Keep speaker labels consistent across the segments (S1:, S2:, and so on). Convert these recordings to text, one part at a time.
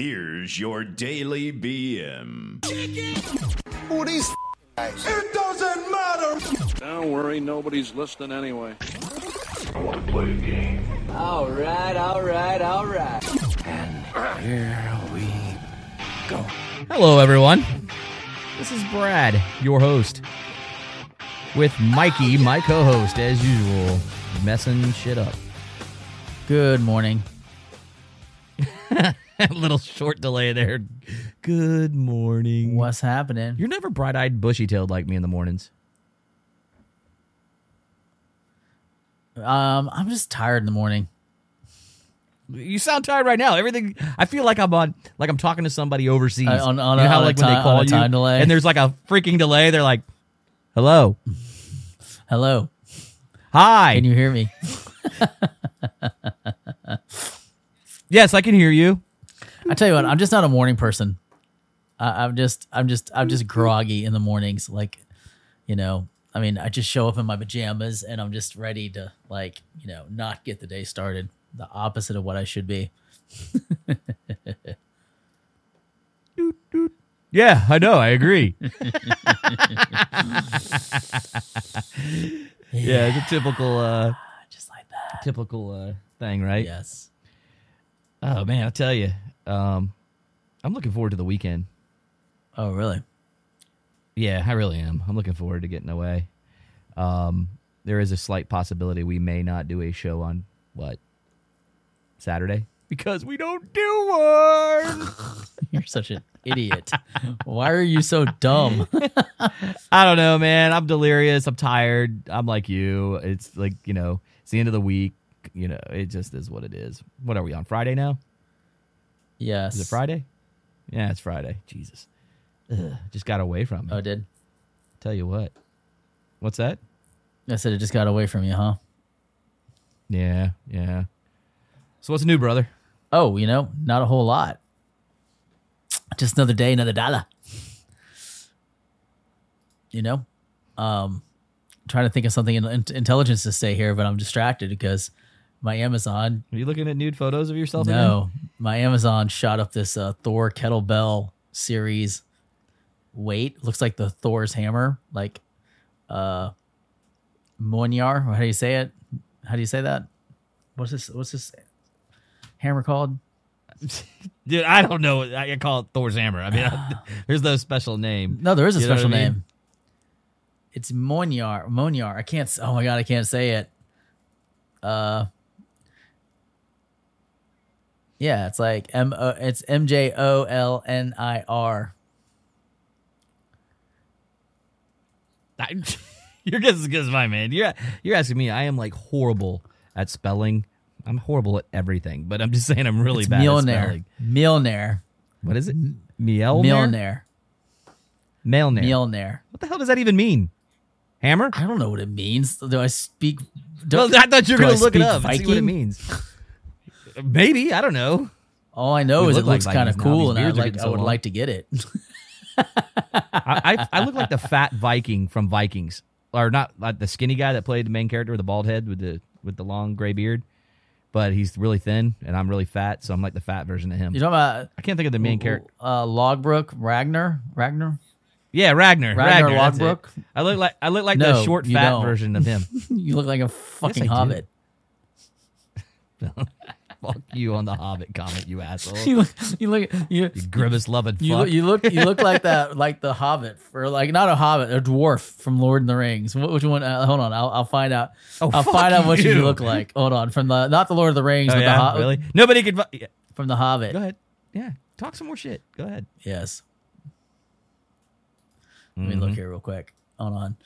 S1: Here's your daily BM.
S2: Who are these guys? It doesn't matter.
S3: Don't worry, nobody's listening anyway.
S4: All right, all right, all right.
S5: Hello, everyone. This is Brad, your host, with Mikey, my co host, as usual, messing shit up.
S6: Good morning.
S5: A little short delay there. Good morning.
S6: What's happening?
S5: You're never bright eyed, bushy tailed like me in the mornings.
S6: Um, I'm just tired in the morning.
S5: You sound tired right now. Everything. I feel like I'm on, like I'm talking to somebody overseas.
S6: Uh, on- on a-
S5: you know how
S6: on a
S5: like when
S6: ti-
S5: they call
S6: on a
S5: you
S6: time delay.
S5: and there's like a freaking delay. They're like, "Hello,
S6: Hello,
S5: hi,
S6: can you hear me?
S5: yes, I can hear you."
S6: I tell you what, I'm just not a morning person. I, I'm just, I'm just, I'm just groggy in the mornings. Like, you know, I mean, I just show up in my pajamas and I'm just ready to, like, you know, not get the day started. The opposite of what I should be.
S5: Yeah, I know. I agree. yeah, it's a typical, uh,
S6: Just like that.
S5: typical uh, thing, right?
S6: Yes.
S5: Oh man, I tell you, um, I'm looking forward to the weekend.
S6: Oh, really?
S5: Yeah, I really am. I'm looking forward to getting away. Um, there is a slight possibility we may not do a show on what Saturday because we don't do one.
S6: You're such an idiot. Why are you so dumb?
S5: I don't know, man. I'm delirious. I'm tired. I'm like you. It's like, you know, it's the end of the week. You know, it just is what it is. What are we on? Friday now?
S6: yes.
S5: Is it Friday? Yeah, it's Friday. Jesus. Ugh, just got away from it.
S6: Oh, it did.
S5: Tell you what. What's that?
S6: I said it just got away from you, huh?
S5: Yeah, yeah. So what's new, brother?
S6: Oh, you know, not a whole lot. Just another day, another dollar. You know, um, trying to think of something in, in- intelligence to say here, but I'm distracted because my Amazon,
S5: Are you looking at nude photos of yourself? again?
S6: no, my Amazon shot up this uh, Thor kettlebell series weight. Looks like the Thor's hammer, like uh, Mjolnir. Or how do you say it? How do you say that? What's this? What's this hammer called?
S5: Dude, I don't know. I I call it Thor's hammer. I mean, I- there's no special name.
S6: No, there is a
S5: You know what
S6: special
S5: I mean?
S6: name. It's Monyar. Monyar. I can't. s- Oh my god, I can't say it. Uh, yeah, it's like M O. It's M J O L N I R.
S5: I, your guess is as good as mine, man. You're you're asking me. I am like horrible at spelling. I'm horrible at everything, but I'm just saying I'm really
S6: It's
S5: bad at
S6: Mjolnir.
S5: spelling.
S6: Mjolnir.
S5: What is it? Mjolnir.
S6: Mjolnir.
S5: Mjolnir.
S6: Mjolnir.
S5: What the hell does that even mean? Hammer?
S6: I don't know what it means. Do I speak? Do,
S5: Well, I thought you were
S6: do I
S5: going to look it
S6: speak
S5: up and see what it
S6: Viking?
S5: means. Maybe I don't know.
S6: All I know
S5: We
S6: is it
S5: look like
S6: looks kind of
S5: Vikings now. These
S6: cool, and I
S5: beards are
S6: like.
S5: getting
S6: I
S5: so
S6: would
S5: long.
S6: like to get it.
S5: I, I I look like the fat Viking from Vikings, or not like the skinny guy that played the main character with the bald head with the with the long gray beard, but he's really thin and I'm really fat, so I'm like the fat version of him.
S6: You know about
S5: I can't think of the main character.
S6: uh, Logbrook Ragnar. Ragnar.
S5: Yeah, Ragnar.
S6: Ragnar
S5: that's it.
S6: Lodbrok?
S5: I look like I look like the
S6: No,
S5: short
S6: you
S5: fat
S6: don't.
S5: version of him.
S6: You look like a fucking
S5: I do.
S6: hobbit.
S5: Fuck you on the Hobbit comment, you asshole.
S6: You look, you look, you,
S5: Grimace loving
S6: you,
S5: fuck.
S6: look, you look, you look like that, like the Hobbit, or like not a Hobbit, a dwarf from Lord of the Rings. Wh- Which one? Uh, hold on, I'll, I'll find out.
S5: Oh,
S6: I'll
S5: fuck
S6: find out what you.
S5: you.
S6: look like. Hold on, from the not the Lord of the Rings,
S5: oh,
S6: but the
S5: yeah,
S6: Ho-
S5: really? Nobody could. Yeah.
S6: from the Hobbit.
S5: Go ahead. Yeah, talk some more shit. Go ahead.
S6: Yes. Let
S5: Mm-hmm.
S6: me look here real quick. Hold on.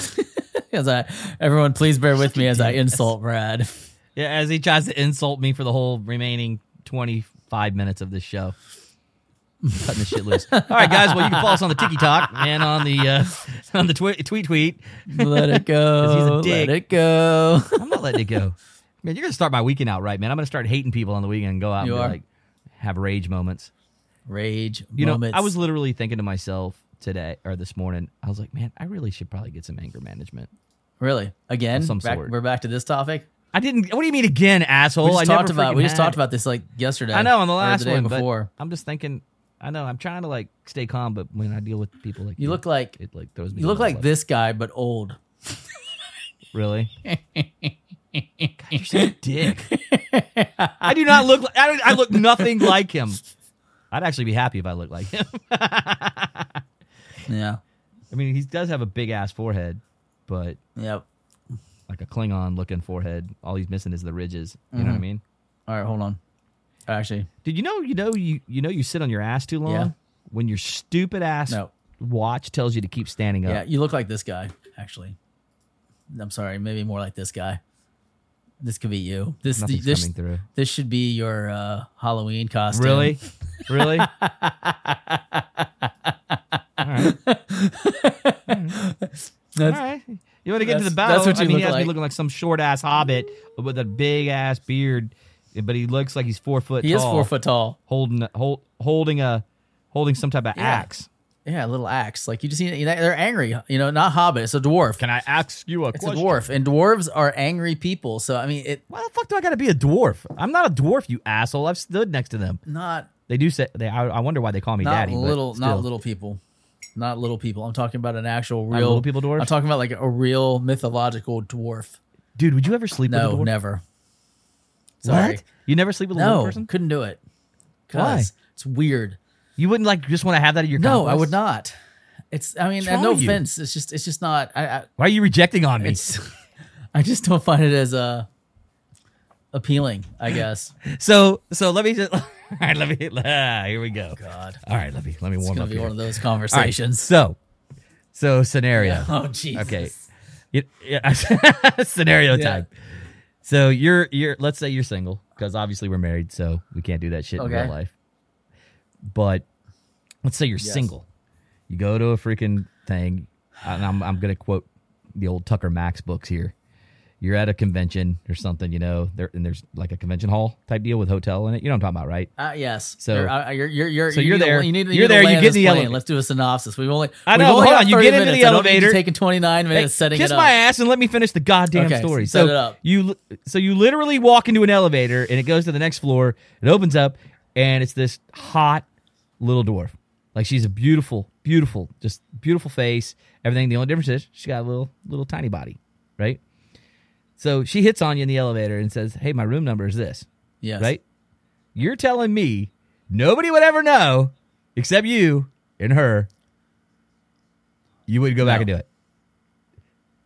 S6: as I, everyone, please bear with me as I insult Brad.
S5: Yeah, as he tries to insult me for the whole remaining 25 minutes of this show. Cutting the shit loose. All right, guys. Well, you can follow us on the Tiki Talk and on the uh, on the twi- tweet tweet.
S6: Let it go.
S5: dick.
S6: Let it go.
S5: I'm not letting it go. Man, you're gonna start my weekend out right, man. I'm gonna start hating people on the weekend and go out
S6: You
S5: and be
S6: are.
S5: like have rage moments.
S6: Rage.
S5: You
S6: moments.
S5: know, I was literally thinking to myself today or this morning, I was like, man, I really should probably get some anger management.
S6: Really? Again?
S5: some
S6: Back-
S5: sort.
S6: We're back to this topic?
S5: I didn't. What do you mean again, asshole?
S6: we just
S5: I never
S6: talked about
S5: freaking
S6: we just
S5: had
S6: talked
S5: it.
S6: about this like yesterday.
S5: I know on the
S6: or
S5: last
S6: the day
S5: one but
S6: before.
S5: I'm just thinking. I know. I'm trying to like stay calm, but when I deal with people like
S6: You look like
S5: it, like throws me.
S6: you look
S5: off,
S6: like this guy but old.
S5: Really? God, you're such a dick. I do not look. Like, I, don't- I look nothing like him. I'd actually be happy if I looked like him.
S6: Yeah.
S5: I mean, he does have a big ass forehead, but
S6: Yep.
S5: like a Klingon looking forehead. All he's missing is the ridges. You
S6: Mm-hmm.
S5: know what I mean?
S6: All right, hold on. Actually,
S5: Did you know? You know? You you know? You sit on your ass too long
S6: Yeah.
S5: when your stupid ass
S6: No.
S5: watch tells you to keep standing up.
S6: yeah, you look like this guy. Actually, I'm sorry. Maybe more like this guy. This could be you. This
S5: Nothing's
S6: this
S5: coming through.
S6: this should be your uh, Halloween costume.
S5: Really? Really? All right. All
S6: That's-
S5: right. You want to get into
S6: that's-
S5: the battle?
S6: that's what
S5: I
S6: you
S5: mean, he
S6: look
S5: has me
S6: like.
S5: looking like some short ass hobbit with a big ass beard, but he looks like he's four foot.
S6: He
S5: tall,
S6: is four foot tall.
S5: holding hold, holding a holding some type of
S6: Yeah.
S5: axe.
S6: Yeah, a little axe. Like you just see, you know, they're angry. You know, not hobbit. It's a dwarf.
S5: Can I ask you a
S6: it's
S5: question?
S6: a dwarf, and dwarves are angry people. So I mean, it
S5: Why the fuck do I got to be a dwarf? I'm not a dwarf, you asshole. I've stood next to them.
S6: not
S5: They do say they. I, I wonder why they call me
S6: not
S5: daddy. but
S6: little
S5: still.
S6: not little people, not little people. I'm talking about an actual
S5: Not
S6: real
S5: little people dwarves?
S6: I'm talking about like a real mythological dwarf.
S5: Dude, would you ever sleep with a
S6: No,
S5: dwarf?
S6: never. Sorry.
S5: What? You never sleep with a little
S6: No,
S5: person?
S6: couldn't do it.
S5: Why?
S6: 'Cause It's weird.
S5: You wouldn't like just want to have that at your
S6: No, I
S5: conquest?
S6: would not. It's. I mean,
S5: wrong
S6: no
S5: with you?
S6: offense. It's just. It's just not. I. I
S5: Why are you rejecting on me?
S6: it's. I just don't find it as uh, appealing. I guess.
S5: So so let me just all right, let me ah, here we
S6: Oh,
S5: go.
S6: God,
S5: All right, let me let me
S6: it's
S5: warm
S6: gonna
S5: up
S6: be
S5: here.
S6: one of those
S5: All right,
S6: conversations.
S5: so so scenario.
S6: Oh jeez.
S5: Okay. It- yeah, scenario
S6: Yeah.
S5: time. So you're you're let's say you're single because obviously we're married, so we can't do that shit in
S6: Okay.
S5: real life. But let's say you're
S6: Yes.
S5: single. You go to a freaking thing, and I'm I'm gonna quote the old Tucker Max books here. You're at a convention or something, you know, there and there's like a convention hall type deal with hotel in it. You know what I'm talking about, right?
S6: Uh, yes.
S5: So-
S6: you're, uh, you're, you're, you're,
S5: so
S6: you
S5: you're
S6: need to-
S5: there.
S6: You need, you
S5: You're
S6: need to
S5: there, you
S6: land
S5: get
S6: this
S5: in the
S6: plane.
S5: elevator.
S6: Let's do a synopsis. We've only.
S5: I know,
S6: We've only
S5: hold
S6: got
S5: on, you
S6: 30
S5: get into the
S6: minutes. I don't need
S5: elevator.
S6: to Taking twenty nine
S5: Hey,
S6: minutes setting
S5: kiss
S6: it up.
S5: my ass and let me finish the goddamn
S6: Okay,
S5: story.
S6: set
S5: So
S6: it up.
S5: you so you literally walk into an elevator and it goes to the next floor. It opens up and it's this hot little dwarf. Like she's a beautiful, beautiful, just beautiful face. Everything. The only difference is she got a little, little tiny body, right? So she hits on you in the elevator and says, "Hey, my room number is this."
S6: Yes.
S5: right? You're telling me nobody would ever know except you and her. You would go back
S6: No.
S5: and do it.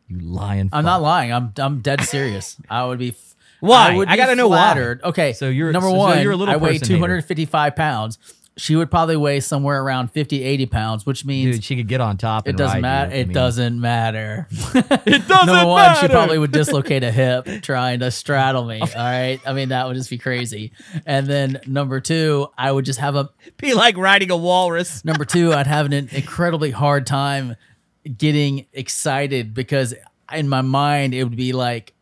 S5: You lying.
S6: I'm
S5: fuck.
S6: not lying. I'm I'm dead serious. I would be. f-
S5: Why?
S6: I, would
S5: I
S6: be
S5: gotta know why.
S6: flattered. Okay.
S5: So you're-
S6: number
S5: so- so
S6: one.
S5: you're a little
S6: I weigh
S5: person hater.
S6: 255 pounds. She would probably weigh somewhere around 50, 80 pounds, which means
S5: Dude, she could get on
S6: it
S5: top. and
S6: doesn't
S5: ride
S6: matter.
S5: you. I
S6: It
S5: mean,
S6: doesn't matter. it
S5: doesn't
S6: Number one, she
S5: matter.
S6: probably would dislocate a hip trying to straddle me. All right. I mean, that would just be crazy. And then number two, I would just have a
S5: be like riding a walrus.
S6: Number two, I'd have an incredibly hard time getting excited because in my mind it would be like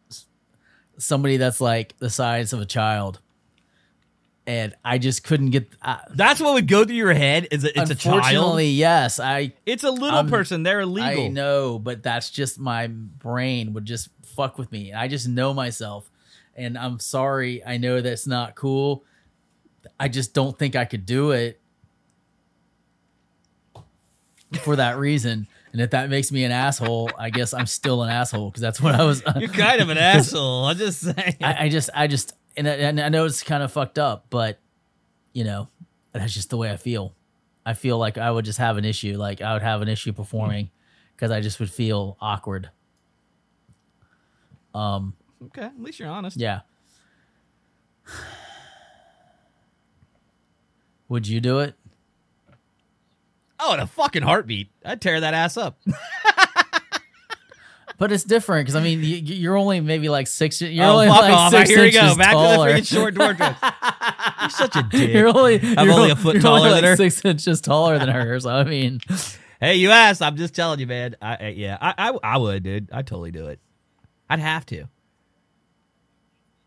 S6: somebody that's like the size of a child, and I just couldn't get. I,
S5: That's what would go through your head. Is a, it's a child.
S6: unfortunately, yes, I
S5: It's a little
S6: I'm-
S5: person. They're illegal.
S6: I know, but that's just my brain would just fuck with me. I just know myself, and I'm sorry. I know that's not cool. I just don't think I could do it for that reason. And if that makes me an asshole, I guess I'm still an asshole because that's what I was.
S5: You're kind of an asshole. I'm just saying.
S6: I, I just, I just, and I, and I know it's kind of fucked up, but you know, that's just the way I feel. I feel like I would just have an issue. Like I would have an issue
S5: Mm.
S6: performing because I just would feel awkward. Um.
S5: okay, at least you're honest.
S6: Yeah. Would you do it?
S5: Oh, in a fucking heartbeat, I'd tear that ass up.
S6: But it's different because I mean, you, you're only maybe like six. You're
S5: oh,
S6: only
S5: fuck
S6: like
S5: off!
S6: six
S5: Here we go.
S6: inches
S5: Back
S6: taller.
S5: to the freaking short dwarf jokes. You're such a dick.
S6: You're only.
S5: I'm
S6: you're
S5: only
S6: o-
S5: a foot
S6: you're
S5: taller
S6: only
S5: than
S6: like
S5: her.
S6: Six inches taller than her. So I mean,
S5: Hey, you asked. I'm just telling you, man. I, I yeah, I, I I would, dude. I'd totally do it. I'd have to.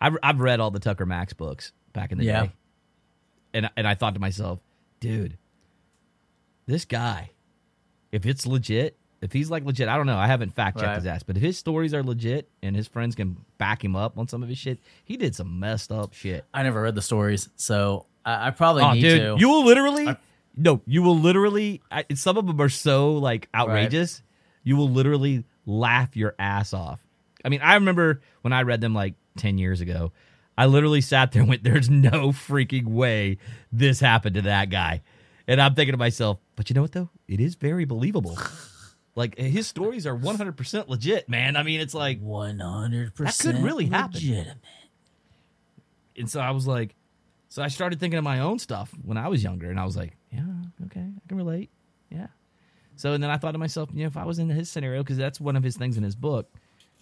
S5: I've I've read all the Tucker Max books back in the
S6: Yeah.
S5: day, and and I thought to myself, dude, this guy, if it's legit, If he's like legit, I don't know. I haven't fact checked
S6: Right.
S5: his ass, but if his stories are legit and his friends can back him up on some of his shit, he did some messed up shit.
S6: I never read the stories, so I, I probably
S5: Oh,
S6: need
S5: dude,
S6: to.
S5: you will literally no, you will literally. I, some of them are so like outrageous, you will literally laugh your ass off. I mean, I remember when I read them like ten years ago. I literally sat there and went, "There's no freaking way this happened to that guy," and I'm thinking to myself, "But you know what though? It is very believable. like his stories are 100 percent legit, man. I mean, it's like,
S6: One hundred percent.
S5: That could really happen. and so I was like, so I started thinking of my own stuff when I was younger, and I was like, yeah, okay, I can relate, yeah. So and then I thought to myself, you know, if I was in his scenario, because that's one of his things in his book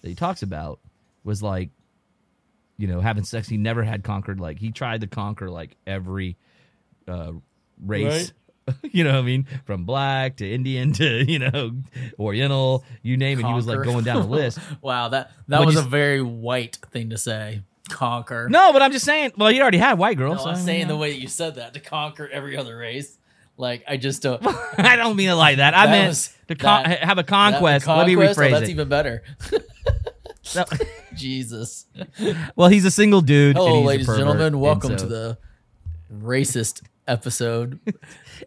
S5: that he talks about was like, you know, having sex. He never had conquered like he tried to conquer like every uh, race. You know what I mean? From black to Indian to, you know, Oriental, you name it. He was like
S6: Conquer.
S5: going down the list.
S6: Wow, that that
S5: Would
S6: was
S5: you
S6: a
S5: s-
S6: very white thing to say. Conquer.
S5: No, but I'm just saying, well, he already had white
S6: No,
S5: girls. so,
S6: I'm
S5: I mean,
S6: saying
S5: you know.
S6: the way that you said that to conquer every other race. Like I just don't. that
S5: I don't mean it like that. I
S6: That
S5: meant
S6: was-
S5: to con-
S6: that-
S5: have a conquest. Let me
S6: conquest? Oh,
S5: rephrase
S6: that's
S5: it.
S6: even better.
S5: No.
S6: Jesus.
S5: well, he's a single dude. and
S6: Hello,
S5: he's a
S6: ladies and
S5: pervert,
S6: gentlemen.
S5: and
S6: Welcome to
S5: so-
S6: the racist episode.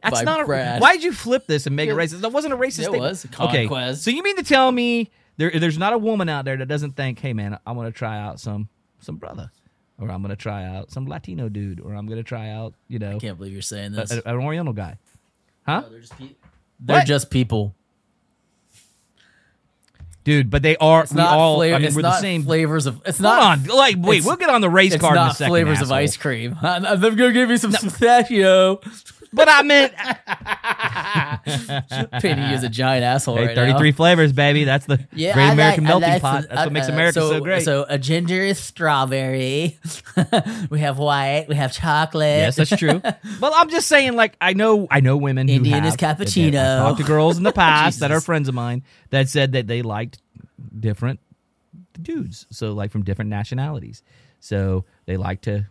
S5: That's
S6: by
S5: not. A,
S6: Brad.
S5: why'd you flip this and make it racist? That wasn't a racist
S6: It
S5: thing.
S6: was.
S5: Okay.
S6: Conquest.
S5: So you mean to tell me there, there's not a woman out there that doesn't think, hey man, I want to try out some some brother, or I'm gonna try out some Latino dude, or I'm gonna try out you know
S6: Can't believe you're saying
S5: a-
S6: this.
S5: a- an Oriental guy.
S6: No, they're just, pe- they're
S5: What?
S6: just people.
S5: Dude, but they are.
S6: It's
S5: we
S6: not
S5: all.
S6: fla-
S5: I mean,
S6: it's
S5: we're
S6: not
S5: the same.
S6: flavors of. It's
S5: Hold
S6: not
S5: on, like wait,
S6: it's-
S5: we'll get on the race
S6: It's
S5: card in a
S6: not
S5: second.
S6: flavors of
S5: asshole.
S6: ice cream. I'm, I'm gonna give you some pistachio.
S5: but I meant
S6: Penny is a giant asshole
S5: Hey,
S6: right now.
S5: 33 flavors, baby. That's the
S6: Yeah,
S5: great
S6: I
S5: American
S6: like- I
S5: melting
S6: like
S5: pot.
S6: some-
S5: That's what makes
S6: uh,
S5: America so, great.
S6: So a ginger is strawberry. we have white. We have chocolate.
S5: yes, that's true. well, I'm just saying, like, I know, I know women who
S6: Indian is
S5: have- that- that-
S6: cappuccino.
S5: I've talked to girls in the past that are
S6: Jesus.
S5: friends of mine that said that they liked different dudes, so like from different nationalities. So they like to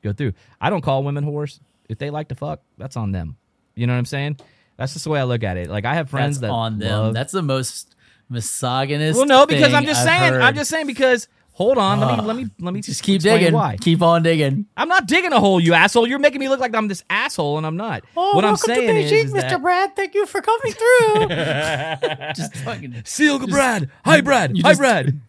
S5: go through. I don't call women whores. If they like to fuck, that's on them. You know what I'm saying? That's just the way I look at it. Like I have friends
S6: That's
S5: that
S6: on them.
S5: love-
S6: That's the most misogynist.
S5: well, no, because
S6: thing
S5: I'm just
S6: I've
S5: saying. I'm
S6: heard. Ah,
S5: just saying because. Hold on, let me let me let me
S6: just keep
S5: explain
S6: digging.
S5: Why?
S6: Keep on digging.
S5: I'm not digging a hole, you asshole. You're making me look like I'm this asshole, and I'm not.
S6: Oh,
S5: what I'm saying is, is that
S6: Brad. Thank you for coming through. just fucking
S5: Seal Brad, hi Brad,
S6: you
S5: hi
S6: just
S5: Brad.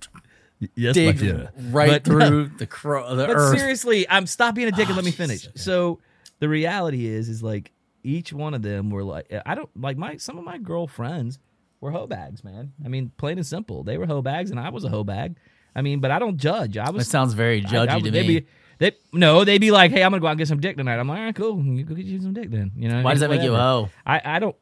S5: Yes,
S6: dig right
S5: But-
S6: through the cro- the
S5: But
S6: earth. Ah,
S5: seriously, I'm stop being a dick and let me finish. So the reality is, is like each one of them were like, I don't like my some of my girlfriends were hoe bags, man. I mean, plain and simple, they were hoe bags, and I was a hoe bag. I mean, but I don't judge. I
S6: That
S5: was
S6: sounds very judgy
S5: I- I
S6: to
S5: would-
S6: me.
S5: they'd Be, they no, they'd be like, "Hey, I'm gonna go out and get some dick tonight." I'm like, "All right, cool. You go get you some dick then." You know,
S6: Why does that make you a
S5: whatever.
S6: hoe?
S5: I I don't.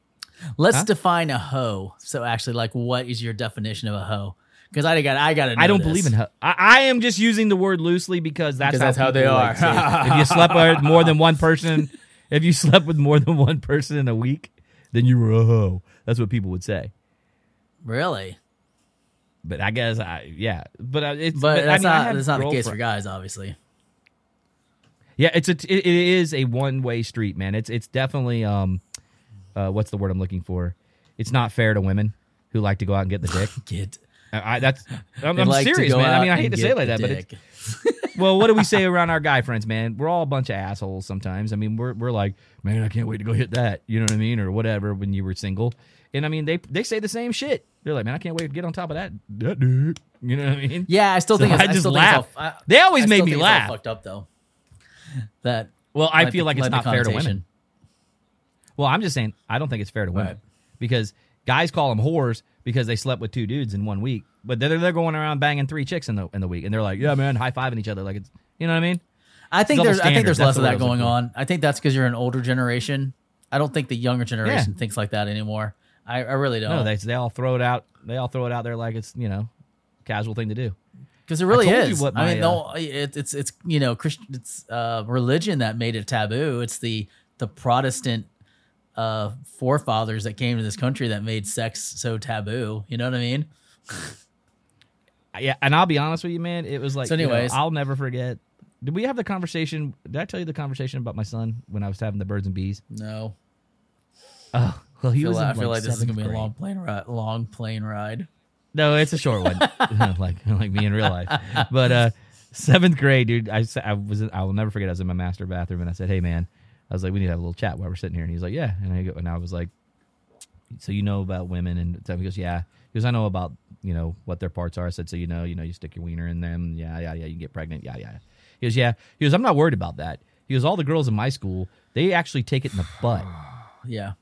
S6: Let's
S5: Huh?
S6: define a hoe. So actually, like, what is your definition of a hoe? Because I got, I got to.
S5: I don't believe in hoe. I, I am just using the word loosely because that's
S6: Because
S5: how,
S6: that's how they
S5: people
S6: are.
S5: say it. if you slept with more than one person, if you slept with more than one person in a week, then you were a hoe. That's what people would say.
S6: Really,
S5: But I guess I yeah. But I, it's
S6: but,
S5: I
S6: that's
S5: mean, I
S6: not
S5: have
S6: that's not the case for
S5: girlfriend-
S6: guys, obviously.
S5: Yeah, it's a it, it is a one way street, man. It's it's definitely um, uh, what's the word I'm looking for? It's not fair to women who like to go out and get the dick.
S6: Get.
S5: I, I that's I'm,
S6: They
S5: I'm
S6: like to
S5: serious,
S6: go
S5: man. I
S6: out
S5: mean, I hate
S6: and
S5: to say
S6: get
S5: it like
S6: the
S5: that, but it's,
S6: dick.
S5: well, what do we say around our guy friends, man? We're all a bunch of assholes sometimes. I mean, we're we're like, man, I can't wait to go hit that. You know what I mean, or whatever. When you were single, and I mean, they they say the same shit. They're like, man, I can't wait to get on top of that that dude. You know what I mean?
S6: yeah, I still
S5: So
S6: think it's,
S5: I just
S6: still
S5: laugh.
S6: Think it's all, I-
S5: They always
S6: I
S5: made
S6: still
S5: me
S6: think it's all
S5: laugh.
S6: Fucked up though. That
S5: Well, I
S6: might
S5: feel
S6: be-
S5: like
S6: might
S5: it's
S6: be
S5: not fair to
S6: connotation.
S5: women. Well, I'm just saying I don't think it's fair to women
S6: Right.
S5: because guys call them whores because they slept with two dudes in one week, but they're they're going around banging three chicks in the in the week, and they're like, yeah, man, high fiving each other like it's you know what I mean.
S6: I think
S5: Double
S6: there's I think
S5: standard.
S6: there's
S5: That's
S6: less
S5: the
S6: of
S5: word I
S6: that
S5: was
S6: going
S5: looking for.
S6: on. I think that's because you're an older generation. I don't think the younger generation thinks like that anymore. I, I really
S5: No,
S6: don't.
S5: they they all throw it out. They all throw it out there like it's you know casual thing to do.
S6: because it really
S5: told you
S6: is.
S5: what
S6: I mean,
S5: my, uh,
S6: no, it, it's it's you know, Christian, it's uh, religion that made it taboo. It's the the Protestant uh, forefathers that came to this country that made sex so taboo. You know what I mean?
S5: Yeah, and I'll be honest with you, man. It was like,
S6: So
S5: you know,
S6: anyways-
S5: I'll never forget. Did we have the conversation? Did I tell you the conversation about my son when I was having the birds and bees?
S6: No,
S5: Well, he
S6: feel
S5: was.
S6: like,
S5: in,
S6: I feel like this is gonna
S5: seventh
S6: be a
S5: grade.
S6: long plane ride. Long plane ride.
S5: No, it's a short one, like like me in real life. But uh, seventh grade, dude, I, s- I was in- I will never forget. I was in my master bathroom, and I said, "Hey, man," I was like, "We need to have a little chat while we're sitting here." And he's like, "Yeah," and I go, and I was like, "So you know about women?" And stuff?" he goes, "Yeah," he goes, "I know about you know what their parts are." I said, "So you know, you know, you stick your wiener in them, yeah, yeah, yeah, you get pregnant, yeah, yeah." He goes, "Yeah," he goes, "I'm not worried about that." He goes, "All the girls in my school, they actually take it in the butt,"
S6: Yeah.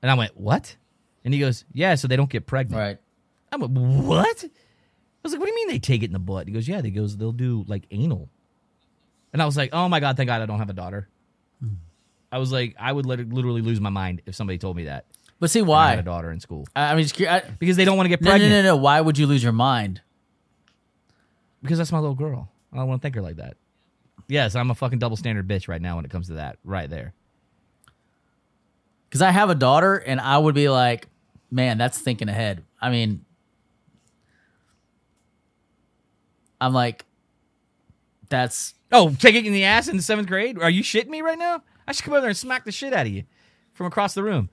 S5: and I went, "What?" And he goes, "Yeah, so they don't get pregnant."
S6: Right.
S5: I'm like, what? I was like, what do you mean they take it in the butt? He goes, yeah. They goes, they'll do like anal. And I was like, oh my god, thank God I don't have a daughter. I was like, I would lit- literally lose my mind if somebody told me that
S6: But see
S5: I had a
S6: why?
S5: daughter in school
S6: I, I mean, just, cur- I,
S5: because they don't want to get
S6: no, no,
S5: pregnant
S6: no, no. Why would you lose your mind?
S5: because that's my little girl. I don't want to think her like that. Yes, I'm a fucking double standard bitch right now when it comes to that. Right there.
S6: Because I have a daughter, and I would be like, man, that's thinking ahead. I mean, I'm like, that's
S5: Oh, take it in the ass in the seventh grade? Are you shitting me right now? I should come over there and smack the shit out of you from across the room.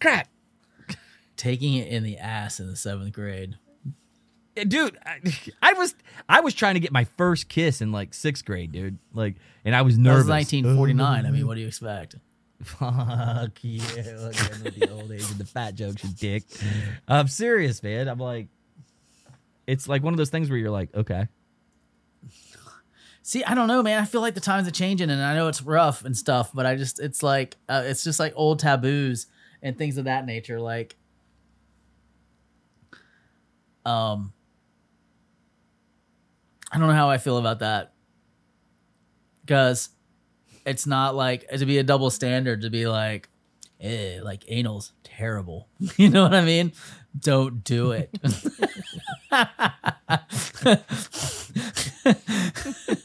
S5: Crap.
S6: taking it in the ass in the seventh grade.
S5: dude I, I was i was trying to get my first kiss in like sixth grade dude like and i was
S6: That
S5: nervous
S6: was 1949. I mean, what do you expect?
S5: fuck you again with the old age and the fat jokes you dick i'm serious man i'm like it's like one of those things where you're like okay
S6: See, I don't know, man. I feel like the times are changing, and I know it's rough and stuff, but I just, it's like, uh, it's just like old taboos and things of that nature. Like, um, I don't know how I feel about that because it's not like to be a double standard to be like, eh, like anal's terrible. you know what I mean? Don't do it.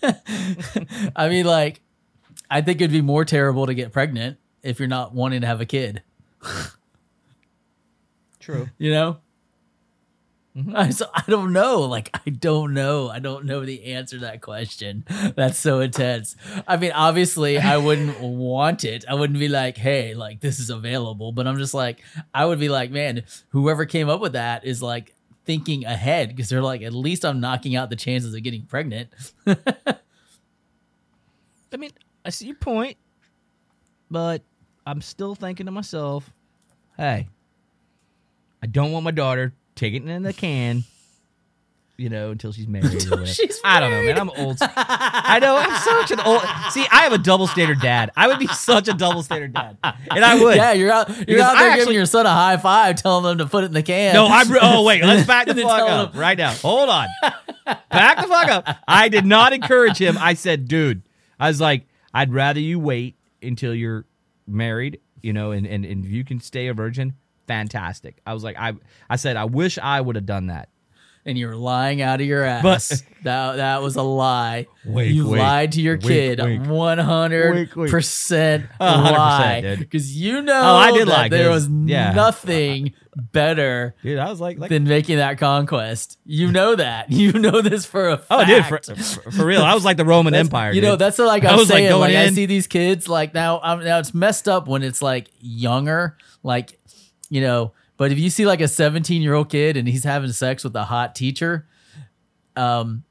S6: I mean, like, I think it'd be more terrible to get pregnant if you're not wanting to have a kid.
S5: true
S6: You know? I, so I don't know. Like, I don't know. I don't know the answer to that question. That's so intense. I mean, obviously, I wouldn't want it. I wouldn't be like, hey, like, this is available. But I'm just like, I would be like, man, whoever came up with that is like thinking ahead because they're like, at least I'm knocking out the chances of getting pregnant.
S5: i mean i see your point but i'm still thinking to myself hey i don't want my daughter taking it in the can you know until she's married or whatever.
S6: she's
S5: i don't know man i'm old I know. I'm such an old. See, I have a double standard dad. I would be such a double standard dad, and I would.
S6: Yeah, you're out. You're
S5: Because
S6: out
S5: I
S6: there
S5: actually-
S6: giving your son a high five, telling them to put it in the can.
S5: No, I'm. Re- oh wait, let's back the
S6: Then
S5: fuck
S6: tell
S5: up
S6: him.
S5: right now. Hold on, back the fuck up. I did not encourage him. I said, dude, I was like, I'd rather you wait until you're married, you know, and and and you can stay a virgin. Fantastic. I was like, I I said, I wish I would have done that.
S6: and you're lying out of your ass.
S5: But-
S6: that that was a lie.
S5: Wink,
S6: you
S5: wink.
S6: lied to your
S5: Wink,
S6: kid.
S5: wink.
S6: One hundred percent
S5: A hundred percent,
S6: lie.
S5: dude.
S6: Because you know,
S5: Oh, I did
S6: that
S5: lie,
S6: There
S5: 'cause-
S6: was
S5: yeah.
S6: nothing better
S5: Dude, I was like, like
S6: than making that conquest. You know that. You know this for a fact.
S5: oh, dude, for, for, for real, I was like the Roman
S6: That's-
S5: Empire.
S6: You
S5: dude.
S6: know, that's like
S5: I
S6: I'm
S5: was, like,
S6: saying.
S5: going
S6: Like, I
S5: in.
S6: see these kids like now. I'm now it's messed up when it's like younger, like you know. But if you see like a 17 year old kid and he's having sex with a hot teacher, um,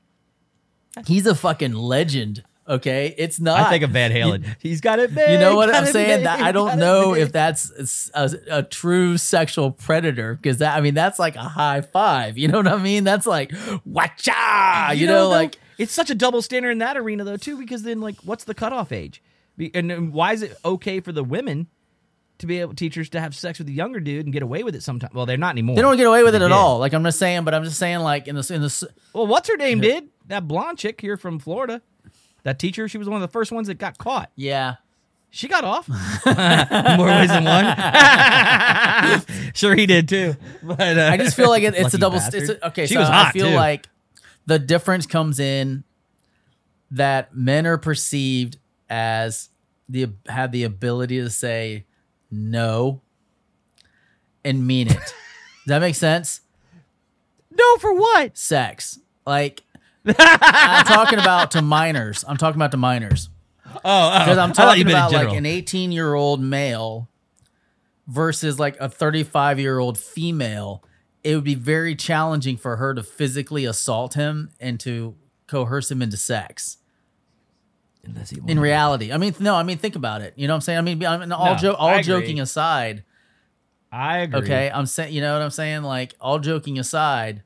S6: he's a fucking legend. Okay, it's not.
S5: I think of Van Halen. He's got it big.
S6: You know what
S5: got
S6: I'm
S5: it
S6: saying?
S5: big,
S6: That I
S5: got
S6: don't
S5: it
S6: know
S5: big.
S6: if that's a, a true sexual predator because that I mean that's like a high five. You know what I mean? That's like watcha. Ah, You, know,
S5: though,
S6: like
S5: it's such a double standard in that arena though too, because then like, what's the cutoff age? Be- And, and why is it okay for the women to be able teachers to have sex with the younger dude and get away with it sometimes? Well, they're not anymore.
S6: they don't get away with it at
S5: did.
S6: all. Like I'm just saying, but I'm just saying like in the in the s-
S5: well, what's her name did that blonde chick here from Florida? That teacher, she was one of the first ones that got caught.
S6: yeah.
S5: She got off more ways than one. sure, he did too. But uh,
S6: I just feel like it, it's a
S5: Lucky
S6: double.
S5: bastard.
S6: It's a, okay.
S5: She
S6: so
S5: was
S6: I
S5: hot,
S6: feel
S5: too.
S6: like the difference comes in that men are perceived as the have the ability to say no and mean it. Does that make sense?
S5: no for what?
S6: Sex, like I'm talking about to minors. I'm talking about to minors.
S5: Oh,
S6: Because I'm
S5: I thought you
S6: talking about
S5: meant in
S6: like
S5: general.
S6: an 18 year old male versus like a 35 year old female, it would be very challenging for her to physically assault him and to coerce him into sex.
S5: Unless he
S6: In
S5: wanted-
S6: reality, I mean, no, I mean, think about it. You know what I'm saying? I mean, I mean all
S5: No,
S6: jo-
S5: I
S6: all
S5: agree.
S6: joking aside,
S5: I agree.
S6: Okay, I'm saying, you know what I'm saying? Like, all joking aside,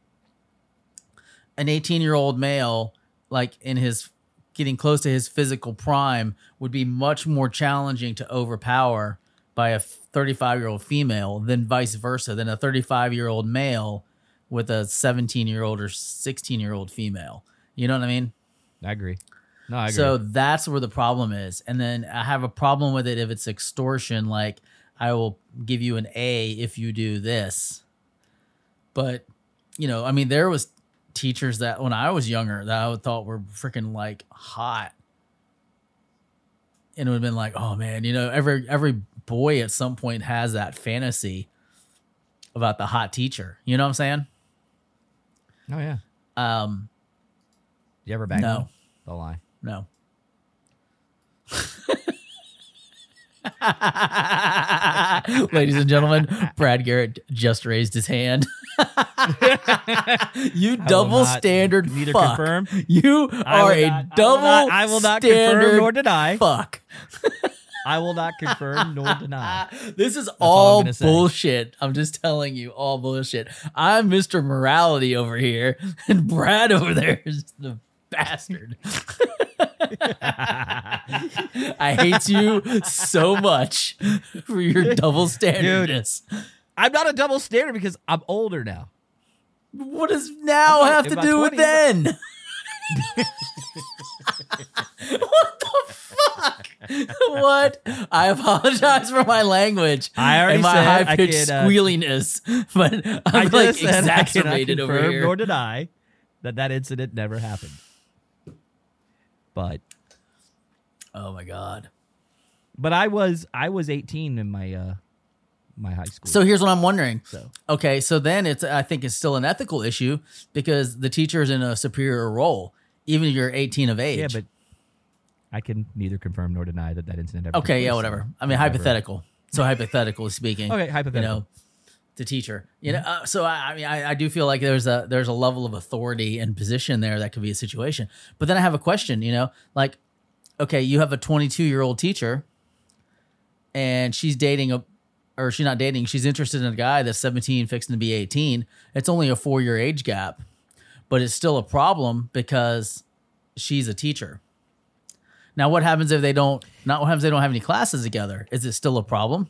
S6: an 18 year old male, like in his getting close to his physical prime, would be much more challenging to overpower by a 35 year old female than vice versa, than a 35 year old male with a 17 year old or 16 year old female. You know what I mean?
S5: I agree. No, I agree.
S6: So that's where the problem is. And then I have a problem with it if it's extortion, like I will give you an A if you do this. But, you know, I mean, there was teachers that when I was younger that I thought were freaking like hot. And it would have been like, oh man, you know, every every boy at some point has that fantasy about the hot teacher. You know what I'm saying?
S5: oh yeah.
S6: Um,
S5: You ever back?
S6: No.
S5: one? Don't lie.
S6: No. Ladies and gentlemen, Brad Garrett just raised his hand. you
S5: will
S6: double
S5: not
S6: standard
S5: neither
S6: fuck.
S5: confirm-
S6: You
S5: I
S6: are
S5: will
S6: a
S5: not- I will
S6: double
S5: not- I will not confirm
S6: standard
S5: nor deny.
S6: fuck.
S5: I will not confirm nor deny.
S6: This is
S5: all I'm
S6: all
S5: gonna say.
S6: bullshit. I'm just telling you, all bullshit. I'm Mr. Morality over here, and Brad over there is the bastard. I hate you so much for your double standardness.
S5: I'm not a double standard because I'm older now.
S6: What does now have to
S5: about
S6: do with
S5: 20.
S6: then? what the fuck? what? I apologize for my language
S5: I already
S6: and my
S5: said I
S6: high pitched
S5: could, uh,
S6: squealiness, but I'm
S5: I
S6: like
S5: just said I cannot
S6: exacerbated over
S5: confirm
S6: here.
S5: Nor deny that that incident never happened. But
S6: oh my god.
S5: but I was I was 18 in my uh my high school.
S6: So here's what I'm wondering.
S5: So.
S6: Okay, so then it's I think it's still an ethical issue because the teacher is in a superior role, even if you're 18 of age.
S5: yeah, but I can neither confirm nor deny that that incident ever. took
S6: Okay, yeah,
S5: place,
S6: whatever.
S5: so
S6: I mean,
S5: whatever.
S6: hypothetical. So hypothetical speaking.
S5: Okay, hypothetical.
S6: You know, the teacher. You know, uh, so I, I mean, I, I do feel like there's a there's a level of authority and position there that could be a situation. But then I have a question. You know, like, okay, you have a 22 year old teacher, and she's dating a, or she's not dating. She's interested in a guy that's 17, fixing to be 18. It's only a four year age gap, but it's still a problem because she's a teacher. Now, what happens if they don't? Not what happens if they don't have any classes together? Is it still a problem?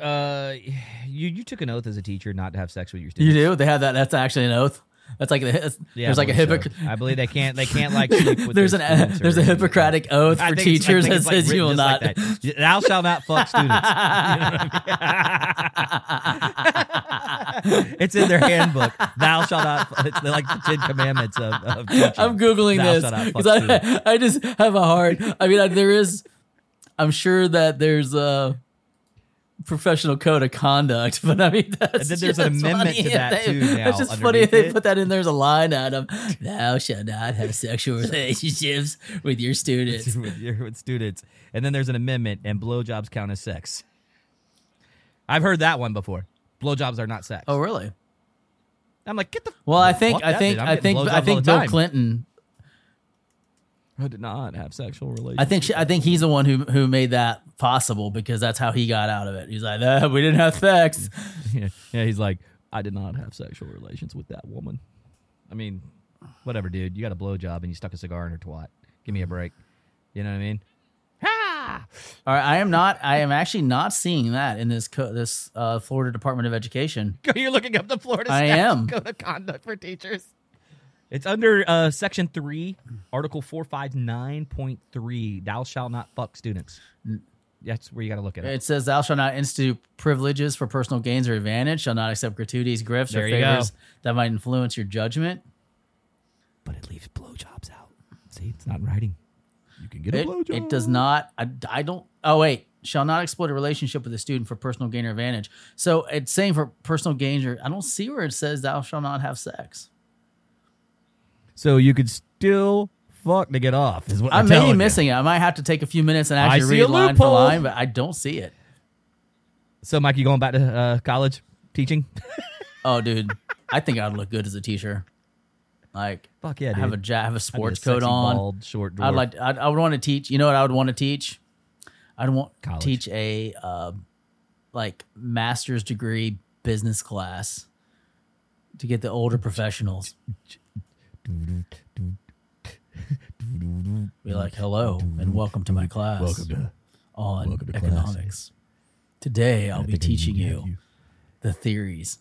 S5: Uh, you you took an oath as a teacher not to have sex with your
S6: You
S5: students.
S6: do. They have that. That's actually an oath. That's like the, it's-
S5: Yeah,
S6: there's
S5: I
S6: like a
S5: believe
S6: hypocrite.
S5: so. I believe they can't. They can't like. sleep with
S6: There's an uh,
S5: their students or
S6: there's a
S5: anything like
S6: Hippocratic oath
S5: I
S6: for
S5: think it's- I
S6: teachers
S5: think
S6: that
S5: it's, like,
S6: says you
S5: written
S6: will not.
S5: just like that. Thou shalt not fuck students. it's in their handbook. Thou shalt not. fu- It's like the Ten Commandments of. of teaching.
S6: I'm googling
S5: Thou
S6: this
S5: shalt not fuck
S6: because
S5: students.
S6: I, I just have a hard. I mean, I, there is. I'm sure that there's a professional code of conduct, but I mean, that's
S5: then there's an
S6: just
S5: amendment
S6: funny
S5: to that,
S6: if they-
S5: too, now,
S6: That's just funny if
S5: underneath
S6: they
S5: it.
S6: put that in. There's a line, Adam. Thou shalt not have sexual relationships with your students.
S5: with, your- with students, and then there's an amendment, and blowjobs count as sex. I've heard that one before. Blowjobs are not sex.
S6: Oh, really?
S5: I'm like, get the.
S6: Well, I think
S5: fuck
S6: I
S5: that,
S6: think
S5: dude. I'm
S6: I
S5: getting
S6: think
S5: blowjobs
S6: I
S5: all
S6: think
S5: the
S6: Bill
S5: time.
S6: Clinton.
S5: I did not have sexual relations.
S6: I think she, I think he's the one who who made that possible because that's how he got out of it. He's like, "Ah, we didn't have sex.
S5: yeah, yeah, he's like, I did not have sexual relations with that woman. I mean, whatever, dude. You got a blowjob and you stuck a cigar in her twat. Give me a break. You know what I mean?
S6: All right, I am not. I am actually not seeing that in this co- this uh, Florida Department of Education.
S5: You're looking up the Florida
S6: I am.
S5: Code of Conduct for Teachers. It's under uh, Section 3, Article 459.3. Thou shalt not fuck students. That's where you got to look at it.
S6: It says, "Thou shalt not institute privileges for personal gains or advantage. Shall not accept gratuities, grifts,
S5: There
S6: or
S5: you go.
S6: favors that might influence your judgment."
S5: but it leaves blowjobs out. See, it's not in writing. You can get
S6: It,
S5: a blowjob.
S6: it does not. I, I don't. Oh wait, shall not exploit a relationship with a student for personal gain or advantage. So it's saying for personal gain or I don't see where it says thou shall not have sex.
S5: So you could still fuck to get off. Is what
S6: I
S5: I'm
S6: may be
S5: telling you.
S6: missing it. I might have to take a few minutes and
S5: I
S6: actually
S5: see a
S6: read line for
S5: loophole.
S6: line, but I don't see it.
S5: So, Mike, you going back to uh, college teaching?
S6: Oh, dude, I think I'd look good as a teacher. Like,
S5: Fuck yeah,
S6: I
S5: dude.
S6: have a ja- I have a
S5: I'd be a
S6: sports coat
S5: sexy,
S6: on.
S5: Bald, short dwarf.
S6: I'd like. To, I'd, I would want to teach. You know what I would want to teach? I'd want
S5: College.
S6: teach a uh, like master's degree business class to get the older professionals. Be like, hello and welcome to my class. Welcome to on economics. Today I'll be teaching you, the theories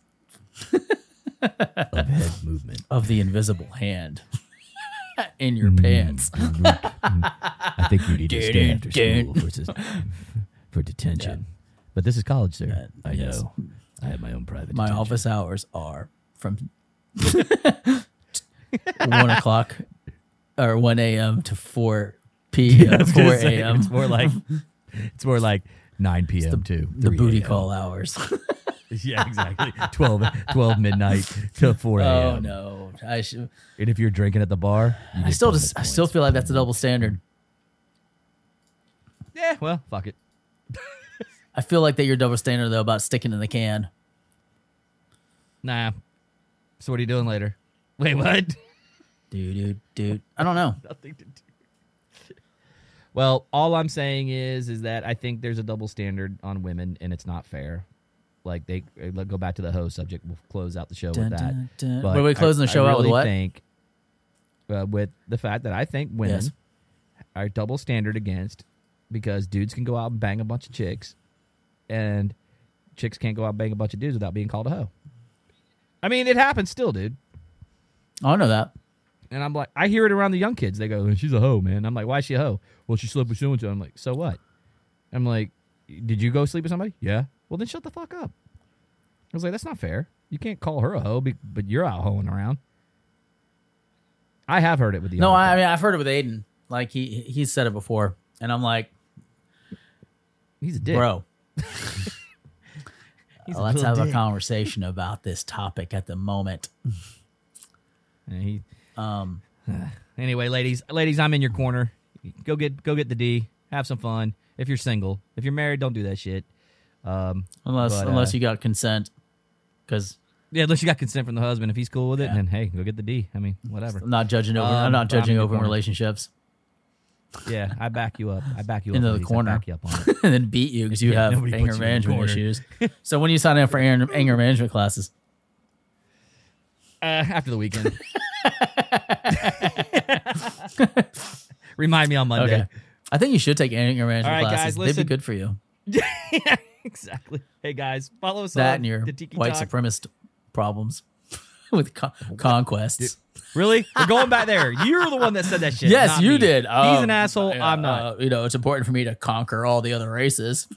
S6: of head movement Mm. of the invisible hand in your pants.
S5: I think you need to
S6: stay after school
S5: for, for detention. But this is college, sir.
S6: I yes. know.
S5: I have my own private.
S6: My office hours are from one o'clock or one a.m. to four p.m. four a.m.
S5: It's more like it's more like nine p.m. to
S6: The
S5: 3
S6: booty
S5: a.m..
S6: call hours.
S5: Yeah, exactly. 12, 12 midnight to four a.m.
S6: oh no, I should.
S5: And if you're drinking at the bar, you
S6: I
S5: get
S6: still
S5: bonus
S6: just. I
S5: points.
S6: still feel like that's a double standard.
S5: Yeah, Eh, well, fuck it.
S6: I feel like that you're double standard though about sticking in the can.
S5: Nah. So what are you doing later? Wait, what?
S6: Dude, dude, dude. I don't know.
S5: Nothing to do. Well, all I'm saying is, is that I think there's a double standard on women, and it's not fair. Like they uh, let go back to the hoe subject. We'll close out the show
S6: Dun,
S5: with
S6: dun,
S5: that.
S6: dun.
S5: But
S6: Wait, are we
S5: I-
S6: closing the
S5: I
S6: show out with
S5: really
S6: what?
S5: Think uh, with the fact that I think women
S6: Yes.
S5: are double standard against because dudes can go out and bang a bunch of chicks, and chicks can't go out and bang a bunch of dudes without being called a hoe. I mean, it happens still, dude.
S6: Oh, I don't know that.
S5: And I'm like, I hear it around the young kids. They go, "She's a hoe, man." I'm like, "Why is she a hoe?" Well, she slept with so and so. I'm like, "So what?" I'm like, "Did you go sleep with somebody?" Yeah. Well, then shut the fuck up. I was like, "That's not fair. You can't call her a hoe, be- but you're out hoeing around." I have heard it with the
S6: No,
S5: younger
S6: I, I
S5: kids.
S6: mean I've heard it with Aiden. Like he he said it before, and I'm like,
S5: he's a dick,
S6: bro.
S5: He's a
S6: Let's
S5: little
S6: have a
S5: dick.
S6: conversation about this topic at the moment.
S5: And he-
S6: Um,
S5: anyway, ladies, ladies, I'm in your corner. Go get, go get the D. Have some fun. If you're single, if you're married, don't do that shit. Um,
S6: unless
S5: But,
S6: unless
S5: uh,
S6: you got consent, because
S5: yeah, unless you got consent from the husband. If he's cool with it,
S6: Yeah.
S5: then hey, go get the D. I mean, whatever.
S6: I'm not judging over.
S5: Um,
S6: I'm not
S5: but I'm in
S6: judging
S5: your
S6: open
S5: corner.
S6: relationships,
S5: Yeah, I back you up. I back you
S6: Into
S5: up.
S6: the
S5: ladies. I
S6: corner.
S5: back you up on it.
S6: and then beat you because you
S5: Yeah,
S6: have
S5: nobody
S6: anger
S5: puts you in the
S6: management
S5: corner.
S6: issues. so when you sign up for anger, anger management classes,
S5: Uh, after the weekend. Remind me on Monday.
S6: okay, I think you should take anger
S5: All
S6: management
S5: right, guys,
S6: classes. They'd
S5: listen.
S6: be good for you.
S5: exactly. Hey guys, follow us
S6: That
S5: on
S6: and your
S5: the Tiki
S6: white
S5: Talk.
S6: supremacist problems with con- conquests.
S5: Really? We're going back there. You're the one that said that shit.
S6: Yes,
S5: not
S6: you
S5: me.
S6: did.
S5: He's
S6: Um,
S5: an asshole.
S6: uh,
S5: I'm not.
S6: uh, you know, it's important for me to conquer all the other races.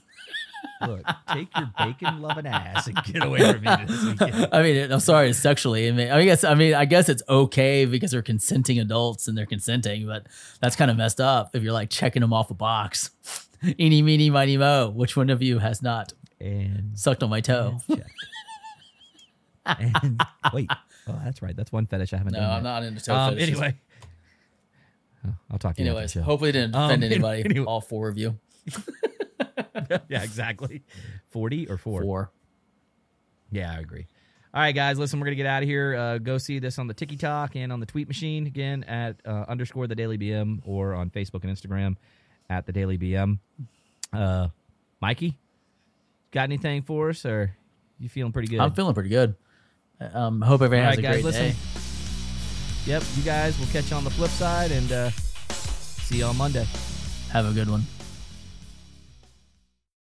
S6: uh,
S5: Look, take your bacon loving ass and get away from me this weekend.
S6: I mean, I'm sorry, sexually. I mean, I guess I mean, I guess it's okay because they're consenting adults and they're consenting, but that's kind of messed up if you're like checking them off a box. Eeny, meeny, miny, mo. Which one of you has not
S5: And
S6: sucked on my toe?
S5: check. And wait. Oh, that's right. That's one fetish I haven't
S6: No,
S5: done.
S6: I'm
S5: yet.
S6: not into toe
S5: Um,
S6: fetishes.
S5: anyway. Oh, I'll talk to you. after
S6: Anyways,
S5: the show.
S6: hopefully it didn't
S5: Um,
S6: offend anybody.
S5: anyway.
S6: All four of you.
S5: yeah, exactly. 40 or four.
S6: Four.
S5: Yeah, I agree. All right, guys, listen, we're going to get out of here. Uh, go see this on the Tiki Talk and on the Tweet Machine again at uh, underscore the Daily BM or on Facebook and Instagram at the Daily BM. Uh, Mikey, got anything for us or you feeling pretty good?
S6: I'm feeling pretty good. Um, hope everyone
S5: All
S6: has
S5: right,
S6: a
S5: guys,
S6: great
S5: listen.
S6: day.
S5: yep, you guys, we'll catch you on the flip side and uh, see you on Monday.
S6: Have a good one.